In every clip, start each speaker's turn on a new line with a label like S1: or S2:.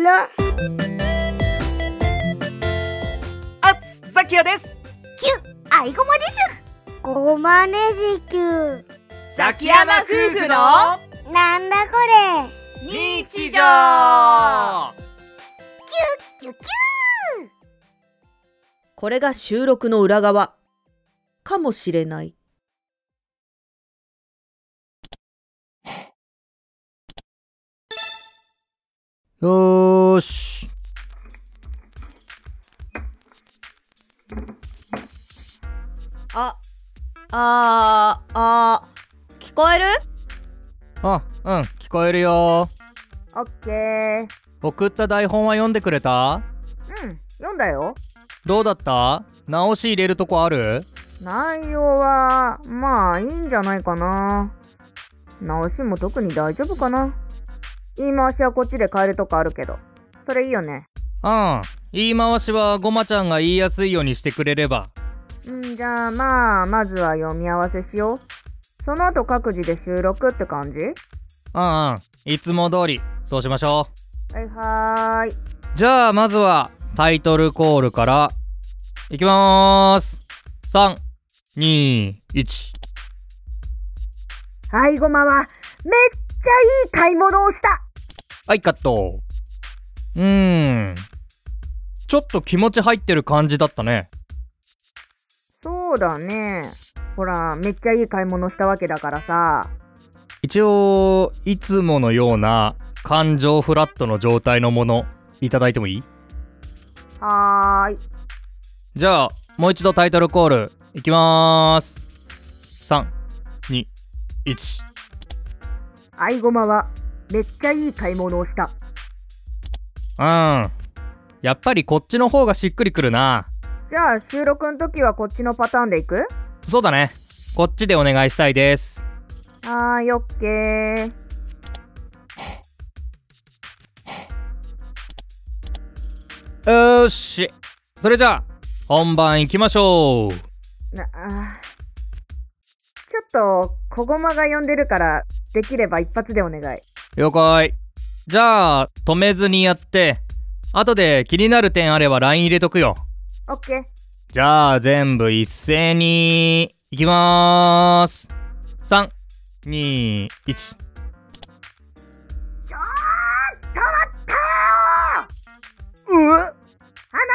S1: の
S2: あつさきやです
S3: あいごまです
S1: ごまねじきゅう
S2: ザキヤマ夫婦の
S1: なんだこ
S2: 日常
S3: キュッキュ
S4: これが収録の裏側かもしれない
S5: よーし
S6: あ、あー、あー、聞こえる
S5: あうん聞こえるよ
S6: オッケー。
S5: 送った台本は読んでくれた
S6: うん、読んだよ。
S5: どうだった直し入れるとこある
S6: 内容は、まあ、いいんじゃないかな。直しも特に大丈夫かな。言い回しはこっちで変えるとこあるけど。それいいよね。
S5: うん言い回しはごまちゃんが言いやすいようにしてくれれば
S6: んじゃあ、まあ、まずは読み合わせしよう。その後各自で収録って感じ
S5: うんうんいつも通りそうしましょ
S6: はいはーい。
S5: うじゃあまずはタイトルコールからいきまーす321
S6: はい、ごまは、めっちゃいい買い物をした
S5: はいカットうーんちょっと気持ち入ってる感じだったね
S6: そうだね。ほら、めっちゃいい買い物したわけだからさ。
S5: 一応いつものような感情フラットの状態のものいただいてもいい
S6: はーい。
S5: じゃあもう一度タイトルコールいきまーす321
S6: アイゴマは、めっちゃいい買い物をした。
S5: うんやっぱりこっちの方がしっくりくるな
S6: じゃあ、収録の時はこっちのパターンでいく
S5: そうだねこっちでお願いしたいです
S6: はーい、オッケー。
S5: よーしそれじゃあ本番いきましょう
S6: なあーちょっと、小ゴマが呼んでるから、できれば一発でお願い。
S5: 了解じゃあ止めずにやって後で気になる点あれば LINE 入れとくよ
S6: オッケー。
S5: じゃあ全部一斉にいきまーす321
S6: ちょーっと待ったよーうあな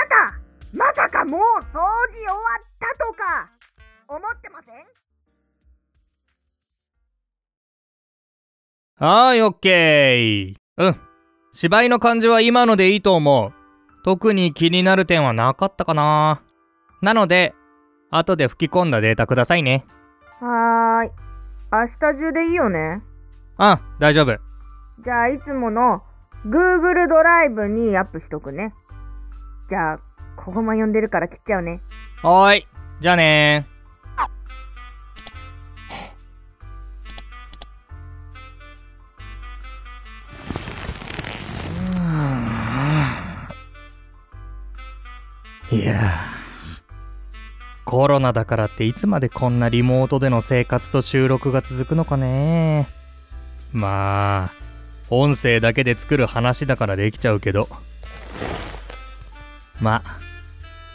S6: た、まさかもう掃除終わったとか、思ってません
S5: はーいオッケーうん芝居の感じは今のでいいと思う特に気になる点はなかったかななので後で吹き込んだデータくださいね
S6: はーい。明日中でいいよね。
S5: うん大丈夫
S6: じゃあ、いつもの Google ドライブにアップしとくね。じゃあ、ここも呼んでるから切っちゃうね。
S5: はーいじゃあねーいやーコロナだからっていつまでこんなリモートでの生活と収録が続くのかねまあ音声だけで作る話だからできちゃうけどまあ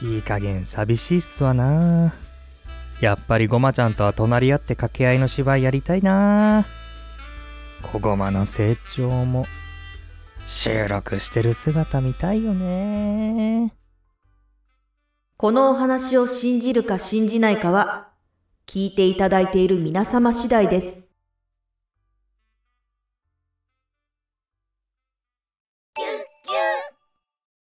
S5: いい加減寂しいっすわなやっぱりごまちゃんとは隣り合って掛け合いの芝居やりたいな小ごまの成長も収録してる姿見たいよね
S4: このお話を信じるか信じないかは聞いていただいている皆様次第です